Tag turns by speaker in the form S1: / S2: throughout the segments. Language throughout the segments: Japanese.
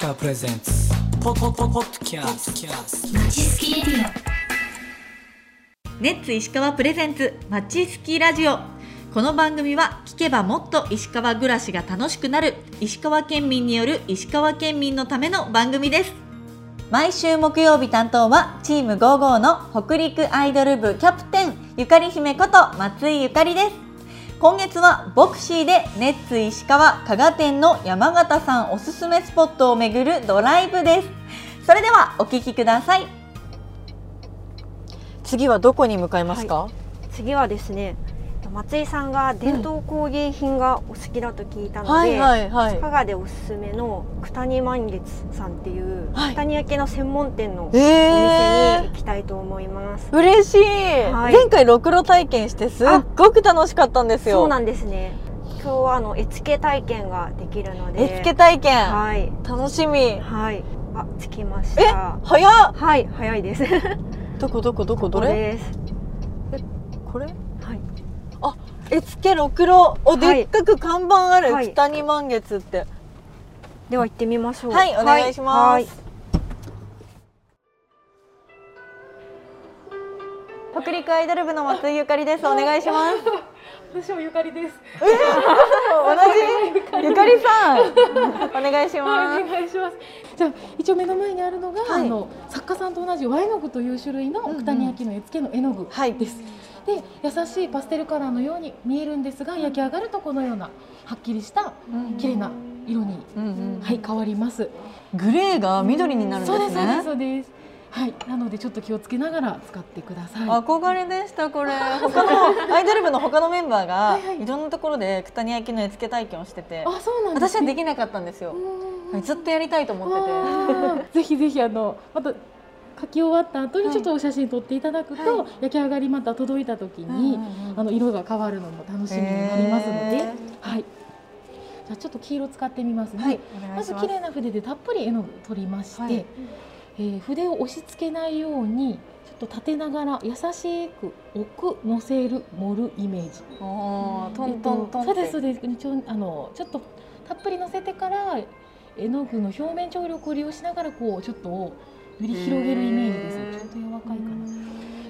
S1: カープレゼンツポポポポッドキャスト
S2: まちすきレディ
S3: ネッツ石川プレゼンツマッチスキーラジオこの番組は聞けばもっと石川暮らしが楽しくなる石川県民による石川県民のための番組です毎週木曜日担当はチーム55の北陸アイドル部キャプテンゆかり姫こと松井ゆかりです今月はボクシーでネッツ石川加賀店の山形さんおすすめスポットを巡るドライブですそれではお聞きください次はどこに向かいますか、
S4: 次はですね松井さんが伝統工芸品がお好きだと聞いたので、
S3: はいはいはい
S4: 加賀でおすすめの九谷満月さんっていう、
S3: はい
S4: 九谷焼の専門店のお店に
S3: え
S4: 行きたいと思います、
S3: ー、嬉しい、
S4: はい
S3: 前回ろくろ体験してすっごく楽しかったんですよ
S4: そうなんですね今日はあの絵付け体験ができるので
S3: 絵付け体験、
S4: はい
S3: 楽しみ
S4: はいあ着きました
S3: 早っ
S4: はい早いです
S3: どこどこどこど
S4: ここ
S3: れ
S4: です
S3: これ
S4: はい
S3: 絵付けろくろお
S4: はい
S3: でっかく看板ある、
S4: はい
S3: 北に満月って
S4: では行ってみましょう
S3: はいお願いします
S4: はい
S3: 北陸アイドル部の松井ゆかり ですお願いします
S5: 私もゆかりです。
S3: 同じゆかりさん お願いしま
S5: はい、お
S3: す
S5: 願いします。じゃあ一応目の前にあるのが、
S3: はい
S5: あの作家さんと同じワイノグという種類の
S3: んうん
S5: 奥谷焼の絵付けの絵の具
S3: はい
S5: です。で優しいパステルカラーのように見えるんですが焼き上がるとこのようなはっきりした
S3: うん
S5: 綺麗な色に、
S3: うんうん
S5: はい変わります。
S3: グレーが緑になるんです
S5: そう
S3: ね
S5: ですそうですそうです。はいなのでちょっと気をつけながら使ってください。
S3: 憧れでした これ他のアイドル部の他のメンバーが
S5: いはい
S3: いろんなところで九谷焼の絵付け体験をしてて
S5: あそうなんです
S3: 私はできなかったんですよずっとやりたいと思ってて
S5: あーぜひぜひあのまた書き終わった後にちょっとお写真撮っていただくと、焼き上がりまた届いた時に、
S3: うんうんうん
S5: あの色が変わるのも楽しみになりますので、
S3: へー
S5: はい。じゃあちょっと黄色使ってみますね。
S3: はいお願
S5: ま
S3: いし
S5: ず
S3: ます
S5: 綺麗な筆でたっぷり絵の具取りまして、
S3: はい
S5: えー筆を押し付けないようにちょっと立てながら優しく置く乗せる盛るイメージ。
S3: おートントントン
S5: そうですそ
S3: っ
S5: う
S3: て
S5: ですちょあのちょっとたっぷり乗せてから絵の具の表面張力を利用しながらこうちょっとより広げるイメージです
S3: へー
S5: ちょっと柔らかいかな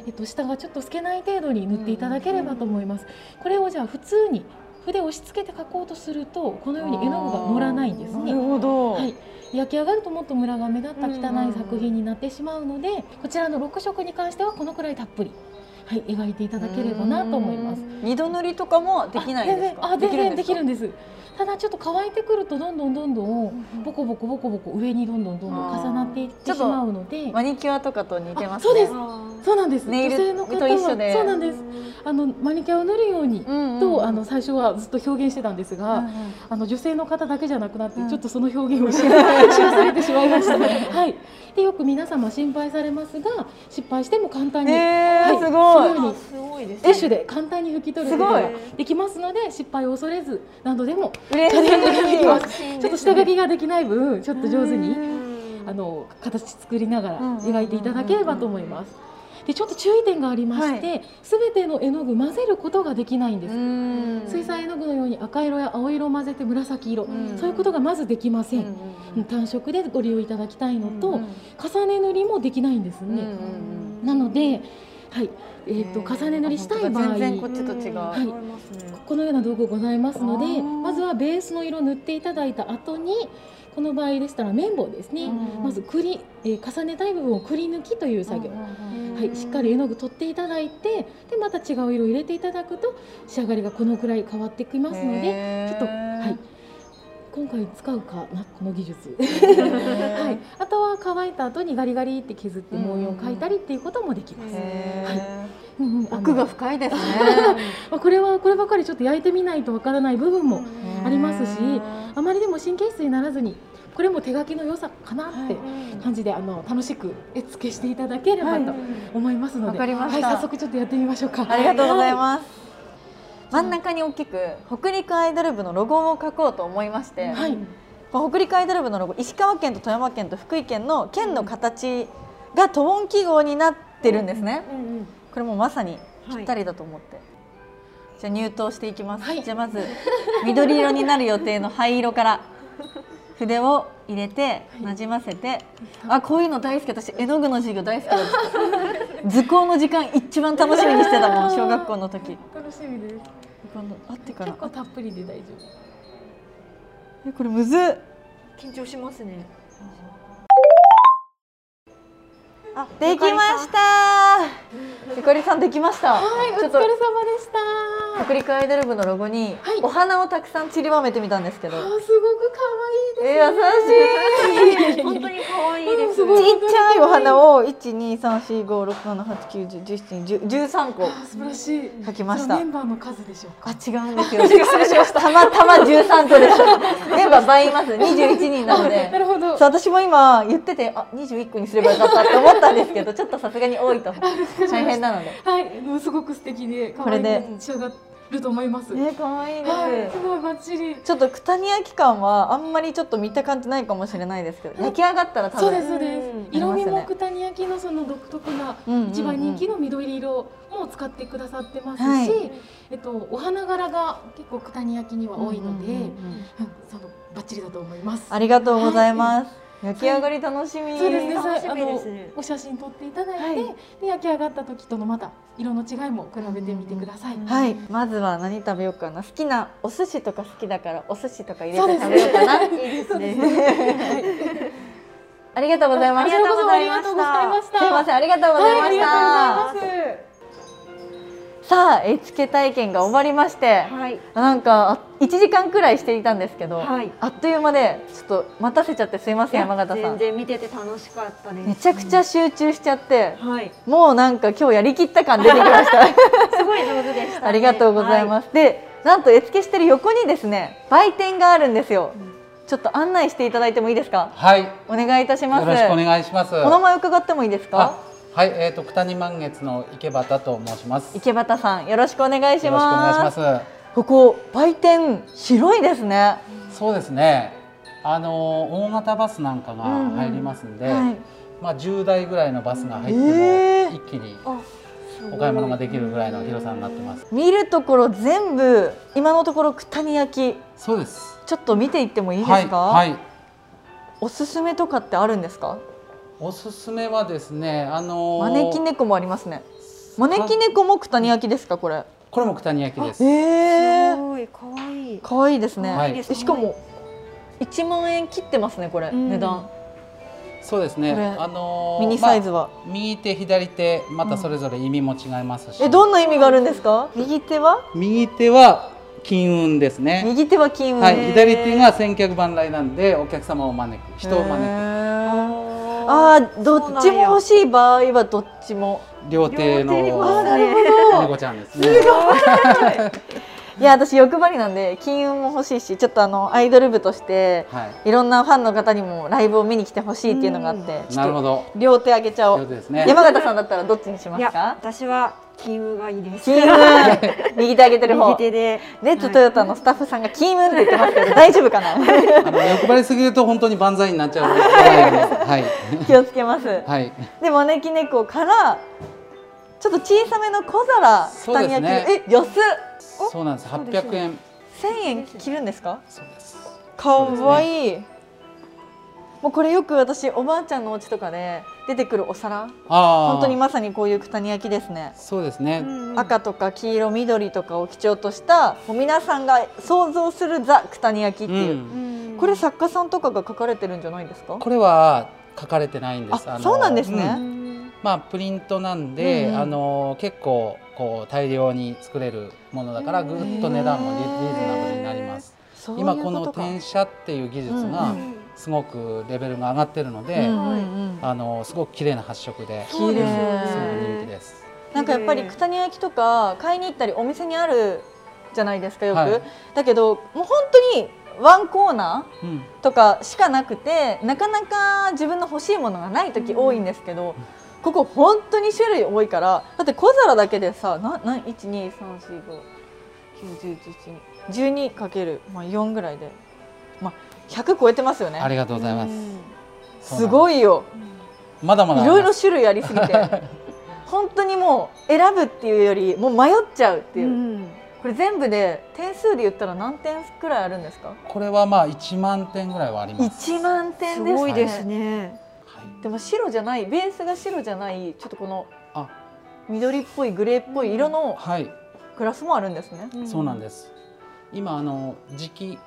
S5: えっと下がちょっと透けない程度に塗っていただければと思いますこれをじゃあ普通に筆を押し付けて描こうとするとこのように絵の具が乗らないんです
S3: なる
S5: ね
S3: ほど、
S5: はい焼き上がるともっとムラが目立った汚い作品になってしまうのでこちらの6色に関してはこのくらいたっぷりはい描いていただければなと思います
S3: 二度塗りとかもできないんですか
S5: あ全然あ全然できるん
S3: で
S5: ですただちょっと乾いてくるとどんどんどんどんボコボコボコボコ上にどんどんどんどん重なっていっ
S3: ちょ
S5: て
S3: っ
S5: し
S3: と
S5: まうのです
S3: かマニキュアとかと似てますね
S5: あそうです
S4: あ
S5: そうなんです
S3: ネイ
S5: 女
S3: ル
S5: 性の方は
S3: と一緒で
S5: そうなんですあのマニキュアを塗るように
S3: うんうん
S5: とあの最初はずっと表現してたんです
S3: うんう
S5: が
S3: ん
S5: あの女性の方だけじゃなくなって
S3: うん
S5: ちょっとその表現をしし忘れてしまいましたはいでよく皆様心配されますが失敗しても簡単に
S3: え
S5: は
S3: ー
S5: い
S3: すごい
S5: すごい
S4: すごいです
S5: ティッシュで簡単に拭き取ること
S3: す
S5: が
S3: ご
S5: できますので失敗を恐れず何度でも
S3: 嬉し
S5: 軽やかにできます
S4: すね
S5: ちょっと下書きができない分ちょっと上手
S3: う
S5: に
S3: ん
S5: あの形作りながら
S3: うんうんうんうん
S5: 描いていただければと思います。でちょっと注意点がありましてすべ、全ての絵の具混ぜることができないんです。
S3: い
S5: 水彩絵の具のように赤色や青色を混ぜて紫色、
S3: ん
S5: そういうことがまずできません。
S3: ん
S5: 単色でご利用いただきたいのと、
S3: うん
S5: 重ね塗りもできないんです
S3: うんうんう
S5: ね。
S3: ん
S5: なので、はい、えっ、と
S3: へー
S5: 重ね塗りしたい場合、
S3: あ本当だ全然こっちと違
S5: い
S3: う、
S4: 思いますね
S5: このような道具ございますの
S3: あ
S5: で
S3: ー
S5: まずはベースの色を塗っていただいた後にこの場合でしたら綿棒ですね、
S3: うん
S5: まずくり、えー重ねたい部分をくり抜きという作業、はい、しっかり絵の具取っていただいてでまた違う色を入れていただくと仕上がりがこのくらい変わってきますのでちょっと、はい、今回使うかなこの技術、 はい、あとは乾いた後にガリガリって削って模様を描いたりっていうこともできます。
S3: へ
S5: うんうんあ
S3: ー
S5: の
S3: 奥が深いで すね
S5: まあこれはこればかりちょっと焼いてみないとわからない部分もありますし
S3: へ
S5: あまりでも神経質にならずにこれも手書きの良さかなって感じで、あの楽しく絵付けしていただければと思いますの
S3: わ
S5: で、
S3: か
S5: は
S3: り
S5: い、
S3: ました
S5: 早速ちょっとやってみましょうか。
S3: ありがとうござい
S5: は
S3: ます。真ん中に大きく北陸アイドル部のロゴを書こうと思いまして、
S5: はい、
S3: この北陸アイドル部のロゴ石川県と富山県と福井県の県の形が都音記号になってるんですね、
S4: うんうん
S3: これもまさに
S4: はい
S3: ぴったりだと思って、じゃあ入刀していきます、
S5: はい
S3: じゃあまず緑色になる予定の灰色から筆を入れてなじませて、あこういうの大好き私絵の具の授業大好きだった 図工の時間一番楽しみにしてたもん小学校の時
S5: 楽しみです
S3: 今度会ってから
S5: 結構たっぷりで大丈
S3: えこれむずっ
S4: 緊張しますね。あ、
S3: できましたゆかりさんできました
S5: 夫はいお
S3: ちょ
S5: 疲
S3: っと
S5: れ様でした
S3: 北陸アイドル部のロゴに
S5: はい
S3: お花をたくさん散りばめてみたんですけど、
S5: あーすごく可愛い
S3: え
S5: です
S3: 優しい
S4: 本当に可愛い
S5: うん
S4: ですす。
S5: ごい
S3: ちっちゃいお花 を一二三四五六七八九十十一十十三個
S5: あー素晴らしい
S3: 書きました
S5: そのメンバーの数でしょうか
S3: あ違うんですよ失礼しましたたまたま十三個で したメンバー倍います二十一人な の
S5: な
S3: で
S5: るほど
S3: そう私も今言っててあ二十一個にすればよかったって思ったんですけどちょっとさすがに多いと大変なので
S5: はいうんすごく素敵で可
S3: こ
S5: 愛
S3: れ
S5: い
S3: で
S5: に仕上がると思います
S3: ね可愛いで
S5: はい
S3: す
S5: すごいバッチリ
S3: ちょっと九谷焼感はあんまりちょっと見た感じないかもしれないですけど焼き上がったら多
S5: そうで
S3: 分
S5: すそうです
S4: うん
S5: 色味
S3: あります
S5: も
S3: ね
S5: 九谷焼のその独特な
S3: うんうんうん
S5: 一番人気の緑色も使ってくださってますし、
S3: はい
S5: えっとお花柄が結構九谷焼には多いので、
S3: うん
S5: うん
S3: うんうん
S5: そのバッチリだと思います。
S3: ありがとうございます、焼き上がり楽しみ、
S5: そうですね。
S4: 楽し
S5: さあ
S4: みですね
S5: のお写真撮っていただいて、で焼き上がった時とのまた色の違いも比べてみてください。
S3: はい、まずは何食べようかな。好きなお寿司とか好きだからお寿司とか入れ
S5: そうで
S3: て
S5: す
S3: 食
S5: ね
S3: べようかな。
S4: いいですね。
S3: ありがとうございました。
S5: ありがとうございました
S3: すいません、ありがとうございま
S5: あり
S3: した。
S5: がとうございます。
S3: さあ、絵付け体験が終わりまして、
S4: はい。
S3: なんかあ1時間くらいしていたんですけど、
S4: はい
S3: あっという間でちょっと待たせちゃってすいません山形さ
S4: 全
S3: ん。
S4: 然見てて楽しかったで
S3: め
S4: す。
S3: ちゃくちゃ集中しちゃって、
S4: はい。
S3: もうなんか今日やりきった感出てきました。
S4: すごい上手でした、ね。
S3: ありがとうございます。で、なんと絵付けしてる横にですね、売店があるんですよ。ちょっと案内していただいてもいいですか。
S6: はい、よ
S3: お願いいたします。
S6: ろしくお願いします。
S3: お名前伺ってもいいです
S6: あ
S3: か。、
S6: はい、えっ、と、九谷満月の池端と申します。よ
S3: 池端さん、よろしくお願い
S6: ろしく
S3: し
S6: お願いし
S3: ま。
S6: ますす。
S3: ここ売店広いですね。
S6: そうですね。あの大型バスなんかが
S3: うんうん
S6: 入りますんで、
S3: はい
S6: まあ10台ぐらいのバスが入っても、
S3: えー
S6: 一気に
S4: あ
S6: お買い物ができるぐらいの広さになってます。
S3: 見るところ全部今のところ九谷焼き
S6: そうです。
S3: ちょっと見ていってもいいですか。
S6: はい、はい。
S3: おすすめとかってあるんですか。
S6: おすすめはですね、あの
S3: 招き猫もありますね。招き猫も九谷焼きですかこれ。
S6: これも九谷焼です。
S3: え
S4: すごい可愛い。
S3: 可愛いですね。
S6: はい
S3: えしかも1万円切ってますねこれ、
S4: ん
S3: 値段
S6: そうですね。
S3: これ
S6: あの
S3: ミニサイズは、
S6: まあ右手左手またそれぞれ意味も違いますし。
S3: えどんな意味があるんですか右手は
S6: 右手は金運ですね。
S3: 右手は金運、
S6: はい、左手が千客万来なんでお客様を招く人を
S3: へ
S6: 招
S3: ー
S4: あ
S3: あーどっちも欲しい場合はどっちも
S6: く両手の
S4: あなる
S6: 猫ちゃんですね。
S3: いや私欲張りなんで金運も欲しいしちょっとあのアイドル部として
S6: はい
S3: ろんなファンの方にもライブを見に来てほしいっていうのがあって、
S6: い、
S3: ちょっ
S6: なる
S3: と
S6: ほど。
S3: 両手あげちゃお
S6: 両手
S3: う、
S6: ですね。
S3: 山形さんだったらどっちにしま
S4: い
S3: す
S4: や、
S3: か
S4: 私は金運がいいです。
S3: 金運右手あげてる方
S4: 右手で。
S3: レッツトヨタのスタッフさんが金運って言ってますけど大丈夫か な
S6: あの欲張りすぎると本当に万歳になっちゃうので。はい。
S3: 気をつけます、
S6: はい。
S3: で招き猫からちょっと小さめの小皿
S6: そうです
S3: 下に焼
S6: ね
S3: きえ安っ
S6: そうなんです。
S4: そう
S6: 八
S4: です
S6: 百円。
S3: 1000円切るんですか
S6: そうです。
S3: かわいい、もうこれよく私おばあちゃんのお家とかで出てくるお皿
S6: ああ。
S3: 本当にまさにこういう九谷焼きですね、
S6: そうですね。
S3: 赤とか黄色緑とかを基調としたもう皆さんが想像するザ九谷焼きっていうう、
S6: ん
S3: これ作家さんとかが書かれてるんじゃないですか
S6: これは書かれてないんです。
S3: あ
S6: の
S3: そうなんですね
S6: うまあプリントなんで、
S3: うんうん
S6: あの結構こう大量に作れるものだからぐっと値段もリリーズナブルになります。
S3: そういう
S6: 今
S3: と
S6: この
S3: か
S6: 転写っていう技術
S3: う
S6: が
S3: ん
S6: すごくレベルが上がってるの
S3: う
S6: で、
S3: んうんうん
S6: あのすごく綺麗な発色で、す
S3: 綺
S6: ごく
S3: 麗
S6: 人気です。
S3: なんかやっぱり九谷焼とか買いに行ったりお店にあるじゃないですかよく、
S6: はい
S3: だけどもう本当にワンコーナ
S6: うん、
S3: ーとかしかなくてなかなか自分の欲しいものがない時多いんですけど、ここ本当に種類多いからだって小皿だけでさなな1 2 3 4 5 9 1 1 1 2 1 2るまあ4ぐらいで、まあ、100超えてますよ
S6: あ
S3: ね
S6: りがとうございます。
S3: すご
S6: い。
S3: いよ
S6: まだまだあ
S3: い
S6: りま
S3: ろ
S6: す
S3: いろ種類あ りすぎて本当にもう選ぶっていうよりもう迷っちゃうっていう、
S4: うん。
S3: これ全部で点数で言ったら何点くらいあるんですか
S6: これはまあ1万点ぐらいはあります。
S3: 1万点です
S4: す
S3: ね
S4: ごいですね。
S6: はい、
S3: でも白じゃないベースが白じゃないちょっとこの
S6: あ
S3: 緑っぽいグレーっぽい色の
S6: はい、
S3: グラスもあるんですね、
S6: そうなんです。今あの磁器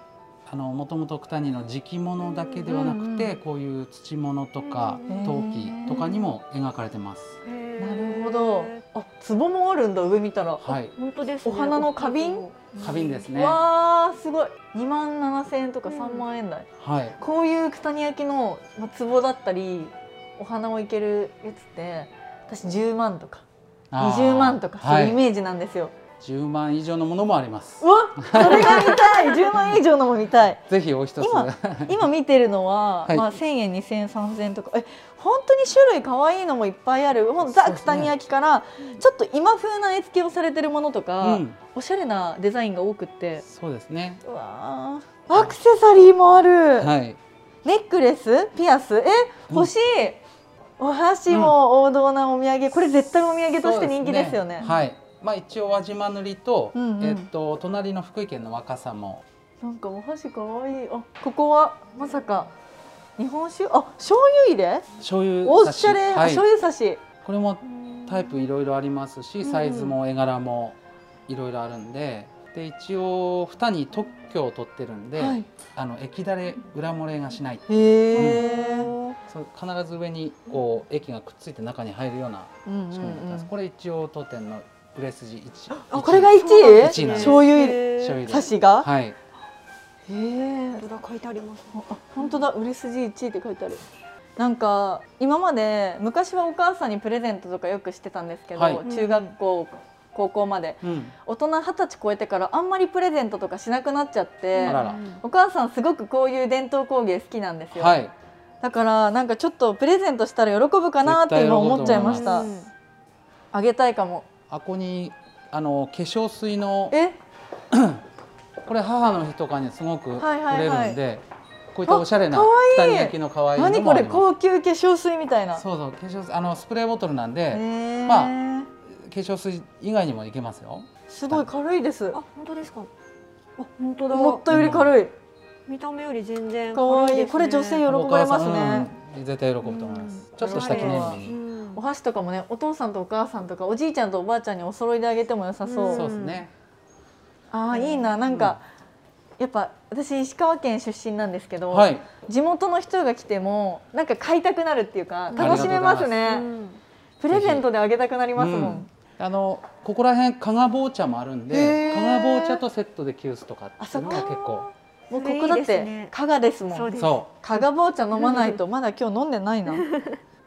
S6: あのもともと九谷の磁器物だけではなくて、
S3: うんう
S6: こういう土物とか
S3: うん
S6: 陶器とかにも描かれてます。
S3: なるほどあ壺もあるんだ上見たら、
S6: はい、
S4: 本当ですね。
S3: お花の花瓶
S6: 花瓶ですね。は
S3: わあすごい2万7千円とか3万円台、
S6: い、
S3: こういう九谷焼の、まあ、壺だったりお花をいけるやつって私10万とか
S6: あー
S3: 20万とかそう
S6: は
S3: いうイ
S6: い、
S3: メージなんですよ、
S6: 10万以上のものもあります
S3: う。わそれが見たい 10万以上のも見たい
S6: ぜひお一つ。
S3: 今今見てるのは、
S6: はい
S3: まあ、1000円2000円3000円とかえ本当に種類可愛いのもいっぱいあるほんザ・九
S6: そうですね
S3: 谷焼からちょっと今風な絵付けをされてるものとか、
S6: うん、
S3: おしゃれなデザインが多くって
S6: そうですね。
S3: うわーアクセサリーもある、
S6: はい、
S3: ネックレスピアスえ
S6: うん
S3: 欲しい、お箸も王道なお土産これ絶対お土産として人気ですよね
S6: そうですはい、まあ一応輪島塗と、
S3: うんうん
S6: えっと隣の福井県の若さも
S3: なんかお箸かわいいあここはまさか日本酒あ醤油入れ
S6: 醤油
S3: お
S6: 差
S3: しゃれ、あ
S6: はい
S3: 醤油差し
S6: これもタイプいろいろありますしサイズも絵柄もいろいろあるんでで一応蓋に特許を取ってるんで、
S5: はい
S6: あの液だれ裏漏れがしない
S3: へえ、
S6: そう必ず上にこう液がくっついて中に入るような
S3: うん
S6: 仕
S3: う
S6: 組みになって
S3: ん
S6: ま
S3: う
S6: す、
S3: ん
S6: これ一応当店の売れ筋一
S3: あこれが1位
S6: 一位なんです
S3: 醤油入れ
S6: 醤油で
S3: 差しが、
S6: はい
S3: へえ
S4: 本当だ書いてあります。
S3: あ本当だ売れ筋1位って書いてあるなんか今まで昔はお母さんにプレゼントとかよくしてたんですけど、
S6: はい
S3: 中学校、高校まで
S6: うん
S3: 大人二十歳超えてからあんまりプレゼントとかしなくなっちゃって
S6: あらら
S3: お母さんすごくこういう伝統工芸好きなんですよ、
S6: はい
S3: だからなんかちょっとプレゼントしたら喜ぶかなって今思っちゃいました
S4: うん
S3: あげたいかも
S6: あこにあの化粧水の
S3: え
S6: これ母の日とかにすごく売
S3: はいはい
S6: れ
S3: はい
S6: るんで、こういったおしゃれな
S3: あかわいい
S6: 二人焼きの可愛いのもあり
S3: 何
S6: ま
S3: こ
S6: す
S3: れ高級化粧水みたいな
S6: そうそう化粧水あのスプレーボトルなん
S3: へ
S6: で、
S3: え、
S6: ま化粧水以外にもいけますよ
S3: すごい軽いです
S4: あ本当ですか。あ本当だ。
S3: 思ったより軽い
S4: 見た目より全然
S3: 可愛い
S4: 軽ですね
S3: これ女性喜ばれますね
S6: お母さん、うん絶対喜ぶと思います、ちょっとした記念日
S4: う
S6: に、
S4: ん
S3: お箸とかもねお父さんとお母さんとかおじいちゃんとおばあちゃんにお揃いであげても良さそう、
S4: うん
S6: そうですね
S3: ああいいななんか、やっぱ私石川県出身なんですけど、
S6: はい
S3: 地元の人が来てもなんか買いたくなるっていうか
S4: うん
S3: 楽しめますね
S4: うん
S3: プレゼントであげたくなりますもん、
S6: うんあのここら辺加賀棒茶もあるん
S3: へ
S6: で
S3: ー
S6: 加賀棒茶とセットでキュースとかっていうの
S3: あ
S6: が
S3: そっ
S6: 結
S3: か
S6: 構
S3: もう
S4: そ
S3: こ
S4: れいい
S3: こだっ
S4: ですね
S3: て加賀ですも
S4: そうんです。
S6: そ
S3: 加賀棒茶飲まないとまだ今日飲んでないな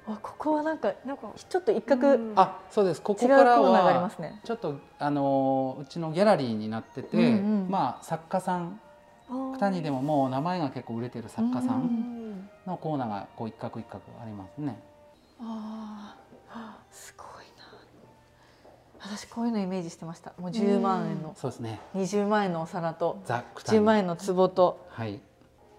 S3: あここはなんか
S4: なんか
S3: ちょっと一
S4: う
S3: 角
S4: ん
S6: うあそうですこ
S3: 違
S6: こ
S3: うコー
S6: か
S3: ナ
S6: ら
S3: ーがありま
S6: は
S3: すね
S6: ちょっとあのうちのギャラリーになってて、
S3: うんうん
S6: まあ作家さん
S4: あー
S6: 二人でももう名前が結構売れてる作家
S3: うんう
S6: さ
S3: んん
S4: うん
S6: のコーナーがこう一角一角ありますね。
S3: ああすごいな私こういうのイメージしてましたもう10万円の
S6: そうですね。
S3: 20万円のお皿と
S6: ザクタ
S3: 10
S6: ニ
S3: 万円の壺と
S6: はい。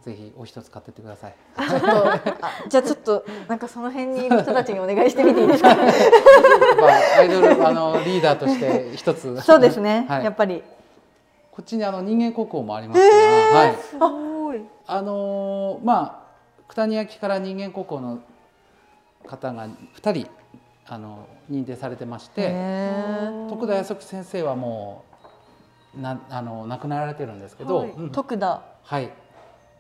S6: ぜひお一つ買ってってください。
S3: ちょっとあじゃあちょっとなんかその辺にいる人たちにお願いしてみていいですか
S6: まあアイ ドルあのリーダーとして一つ。
S3: そうですね、
S6: はい
S3: やっぱり
S6: こっちにあの人間国宝もありますから、はい。
S4: すごい。
S6: あのーまあ九谷焼から人間国宝の方が二人あの認定されてまし
S3: へ
S6: て、
S3: え
S6: 徳田康則先生はもうなあの亡くなられてるんですけど、
S4: はい
S6: うん
S3: 徳田
S6: はい。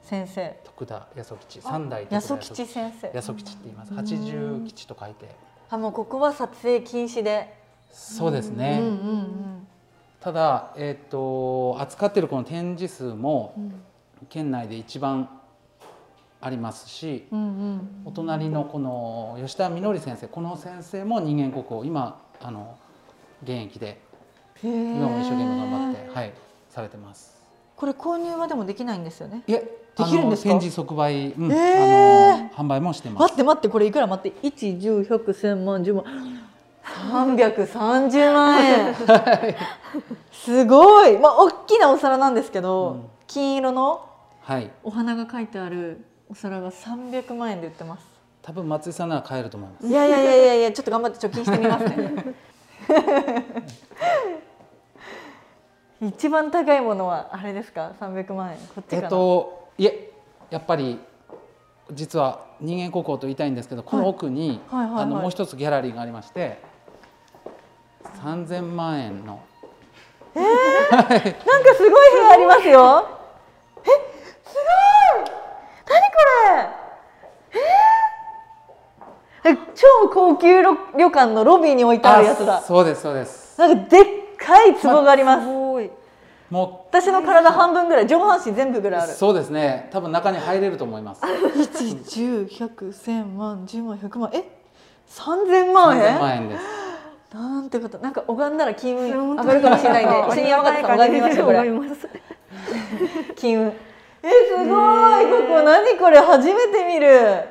S3: 先生
S6: 徳田八十吉三代
S3: 八十吉先生
S6: 八十吉って言います八十吉と書いて
S3: あもうここは撮影禁止で、
S6: そうですね、
S3: うんうん
S6: ただえっ、と扱ってるこの展示数も
S3: うん
S6: 県内で一番ありますし、
S3: うんうん
S6: お隣のこの吉田稔先生この先生も人間国宝今あの現役で
S3: へえ
S6: 今も一生懸命頑張って、はいされてます
S3: これ購入はでもできないんですよね
S6: いや
S3: できるんですか
S6: あの展示即売、うん
S3: へー
S6: あの販売もしてます
S3: 待って待ってこれいくら待って一十百千万十万三百三十万 円すごいまあ大きなお皿なんですけど、
S6: うん
S3: 金色の
S6: はい
S3: お花が書いてあるお皿が三百万円で売ってます
S6: 多分松井さんなら買えると思います
S3: いやいやいやいやいやちょっと頑張って貯金してみますね 一番高いものはあれですか300万円こっち
S6: え
S3: かな、
S6: っといえやっぱり実は人間国宝と言いたいんですけどこの奥に、
S3: はいはいはいはい
S6: あのもう一つギャラリーがありまして3000万円の
S3: なんかすごい部屋ありますよえすごい何これえーえ超高級旅旅館のロビーに置いてあるやつだ
S6: そうですそうです
S3: なんかでっかい壺があります、
S6: も
S3: 私の体半分ぐらい上半身全部ぐらいうある
S6: そうですね多分中に入れると思います
S3: 1 1 0 1 0 0 1万10万100万え3000万円
S6: 3000万円です
S3: なんてことなんか拝んだら金運
S4: 本当
S3: 上がる
S4: に
S3: かもしれないんで一緒に山形さん拝んでみましょうこ れ
S4: 思います
S3: 金運えすごいここ何これ初めて見る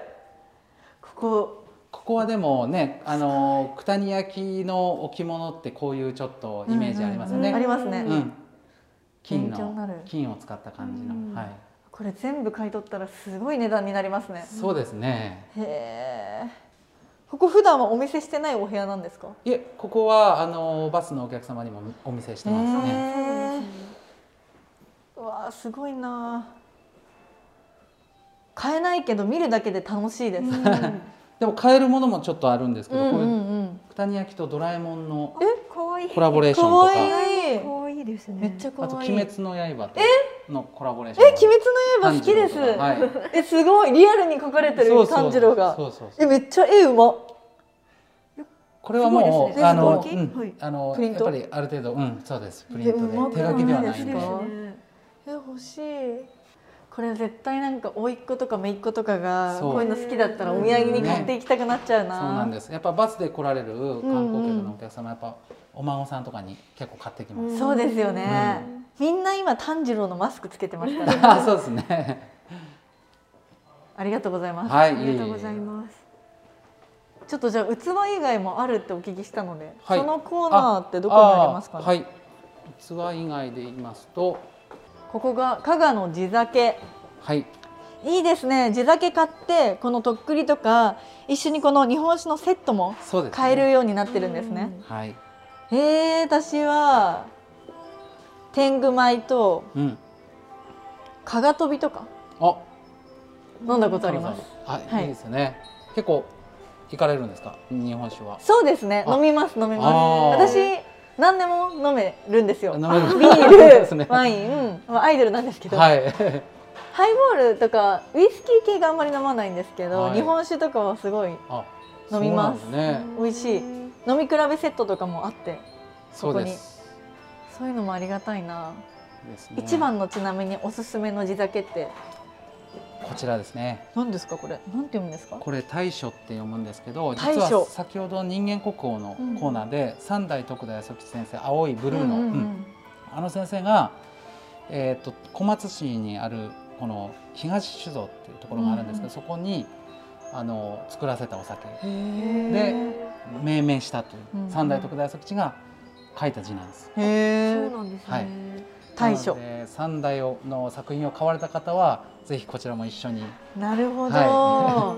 S3: ここ
S6: ここはでもねあの九谷焼の置物ってこういうちょっとイメージありますよね、
S3: うんありますね、
S6: うん金
S3: 勉強になる
S6: の金を使った感じの、はい
S3: これ全部買い取ったらすごい値段になりますね
S6: そうですね、
S3: へえここ普段はお見せしてないお部屋なんですか
S6: いえここはあのバスのお客様にもお見せしてますね。
S3: へえうわあすごいな買えないけど見るだけで楽しいです、うん
S6: でも買えるものもちょっとあるんですけど、
S3: う
S6: こういうん
S3: うん、
S6: 九谷焼とドラえもんの
S4: 可愛い
S6: コラボレーショ
S3: か
S6: ンとか、
S3: わいい
S4: 可愛いですね
S3: めっちゃか
S6: あと
S3: わい
S6: 鬼
S3: い
S6: 滅の刃とのコラボレーショ
S3: え
S6: ン。
S3: 鬼滅の刃好きです、
S6: はい。
S3: えすごいリアルに描かれて
S6: そう
S3: る
S6: そう
S3: 炭治郎が
S6: そうそう
S3: え
S6: そう。
S3: めっちゃ絵うま
S6: これはもう、
S3: すごいですね
S6: あの、
S3: 手
S6: う
S3: 書き
S6: ん
S4: はい
S6: あの
S3: プリン
S6: やっ
S3: ト
S6: ぱりある程度うんそうですプリント
S3: えうまく
S6: で手書きではない
S3: な
S6: んで
S3: いです
S6: は
S3: かえ欲しいこれ絶対なんか甥っ子とか姪っ子とかが
S6: そう
S3: こういうの好きだったらお土産に買っていきたくなっちゃうな、
S6: そうなんです。やっぱバスで来られる観光客のお客様、やっぱお孫さんとかに結構買ってきます。
S3: そうですよね、みんな今炭治郎のマスクつけてますから、ね、
S6: あ そうですね。
S3: ありがとうございます、
S6: はい。あ
S4: ありがとうございます
S3: ちょっとじゃあ器以外もあるってお聞きしたので、
S6: はい
S3: そのコーナーってどこにありますかね、
S6: あはい器以外で言いますと
S3: ここが加賀の地酒
S6: はい
S3: いいですね地酒買ってこのとっくりとか一緒にこの日本酒のセットも
S6: そうです、ね、
S3: 買えるようになってるんですね
S6: はい
S3: えー、私は天狗米と
S6: うん
S3: 加賀飛びとか
S6: あ
S3: 飲んだことあります
S6: はい、
S3: はい
S6: い、いですよね結構行かれるんですか日本酒は
S3: そうですね
S6: あ
S3: 飲みます飲み
S6: あ
S3: ま
S6: ー
S3: す私何でも飲めるんですよ
S6: 飲
S3: ビ
S6: めるで
S3: ー
S6: すね
S3: ルワイン、うんまあアイドルなんですけど、
S6: はい
S3: ハイボールとかウイスキー系があんまり飲まないんですけど、
S6: はい
S3: 日本酒とかはすごい
S6: あ
S3: 飲みます
S6: そうなんですね
S3: 美味しい飲み比べセットとかもあって
S6: そ
S3: こ
S6: う
S3: こに
S6: です
S3: そういうのもありがたいな、
S6: ですね
S3: 一番のちなみにおすすめの地酒って
S6: こちらですね
S3: 何ですかこれなんて読むんですか
S6: これ大書って読むんですけど
S3: 大
S6: 実
S3: 書
S6: は先ほど人間国宝のコーナーで、三代徳田康吉先生青いブルーの、
S3: うんうんう
S6: うん
S3: ん
S6: あの先生が、えー、と小松市にあるこの東酒造っていうところがあるんですけ
S3: う
S6: ど、
S3: ん
S6: そこにあの作らせたお酒
S3: へ
S6: で命名したという、
S3: うんうん
S6: 三代徳田康吉が書いた字なんです。
S3: えへ
S4: そう
S3: え
S4: なんですね、
S6: はい
S3: 大書
S6: なので三代をの作品を買われた方はぜひこちらも一緒に
S3: なるほど、
S6: は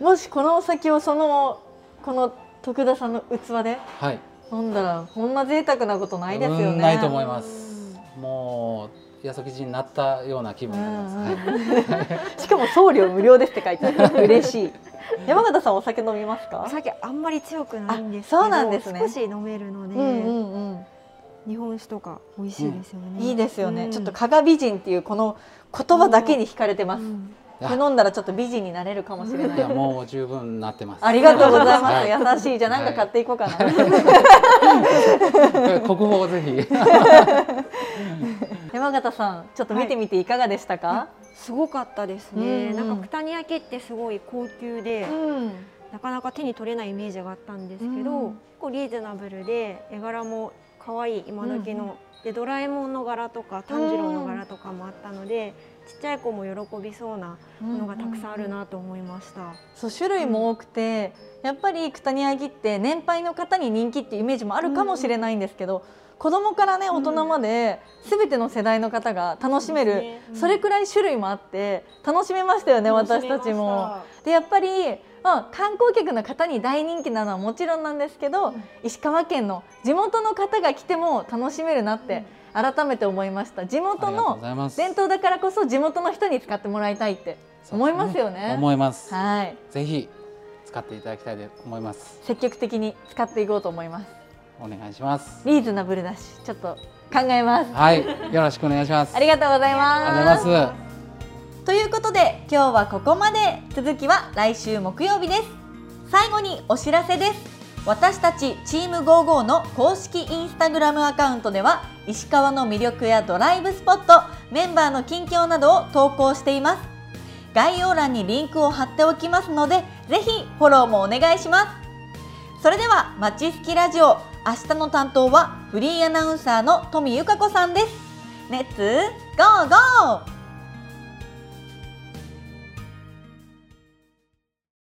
S3: もしこのお酒をそのこの徳田さんの器で
S6: はい
S3: 飲んだらこんな贅沢なことないですよ
S6: う
S3: ね
S6: んないと思います。もう安吉になったような気分になります。はい
S3: しかも送料無料ですって書いてある嬉しい山形さんお酒飲みます か
S4: お酒あんまり強くないんですけ
S3: あ
S4: ど
S3: そうなんですね
S4: 少し飲めるので、
S3: うんうんうん
S4: 日本酒とか美味しいですよね、
S3: いいですよね、
S4: うん
S3: ちょっと加賀美人っていうこの言葉だけに惹かれてます、
S4: うん
S6: うん
S3: これ飲んだらちょっと美人になれるかもしれない
S6: いやもう十分なってます。
S3: ありがとうございま
S6: は
S3: す、優しいじゃあなんか買っていこうかな、
S6: 国宝をぜひ。
S3: 山形さんちょっと見てみていかがでしたか、
S4: すごかったですね、
S3: うんうん
S4: なんか九谷焼ってすごい高級で、
S3: うん
S4: なかなか手に取れないイメージがあったんですけど、
S3: うん
S4: 結構リーズナブルで絵柄も可愛い今時の、でドラえもんの柄とか炭治郎の柄とかもあったので、ちっちゃい子も喜びそうなものがたくさんあるなと思いました。
S3: そう種類も多くて、やっぱり九谷焼って年配の方に人気っていうイメージもあるかもしれないんですけど、子供からね大人まで全ての世代の方が楽しめる、それくらい種類もあって楽しめましたよね私たちも。でやっぱり、まあ、観光客の方に大人気なのはもちろんなんですけど、石川県の地元の方が来ても楽しめるなって、改めて思いました地
S6: あ
S3: 元
S6: りがとうご
S3: の
S6: ざいます。
S3: 伝統だからこそ地元の人に使ってもらいたいって思いますよね
S6: 思います。
S3: はい
S6: ぜひ使っていただきたいと思います。
S3: 積極的に使っていこうと思います
S6: お願いします。
S3: リーズナブルだしちょっと考えます
S6: はい、よろしくお願いします。
S3: ありがとうございます
S6: ありがとうございます。
S3: ということで今日はここまで続きは来週木曜日です最後にお知らせです私たちチーム55の公式インスタグラムアカウントでは石川の魅力やドライブスポットメンバーの近況などを投稿しています概要欄にリンクを貼っておきますのでぜひフォローもお願いしますそれではまちすきラジオ明日の担当はフリーアナウンサーの富由香子さんですレッツゴーゴー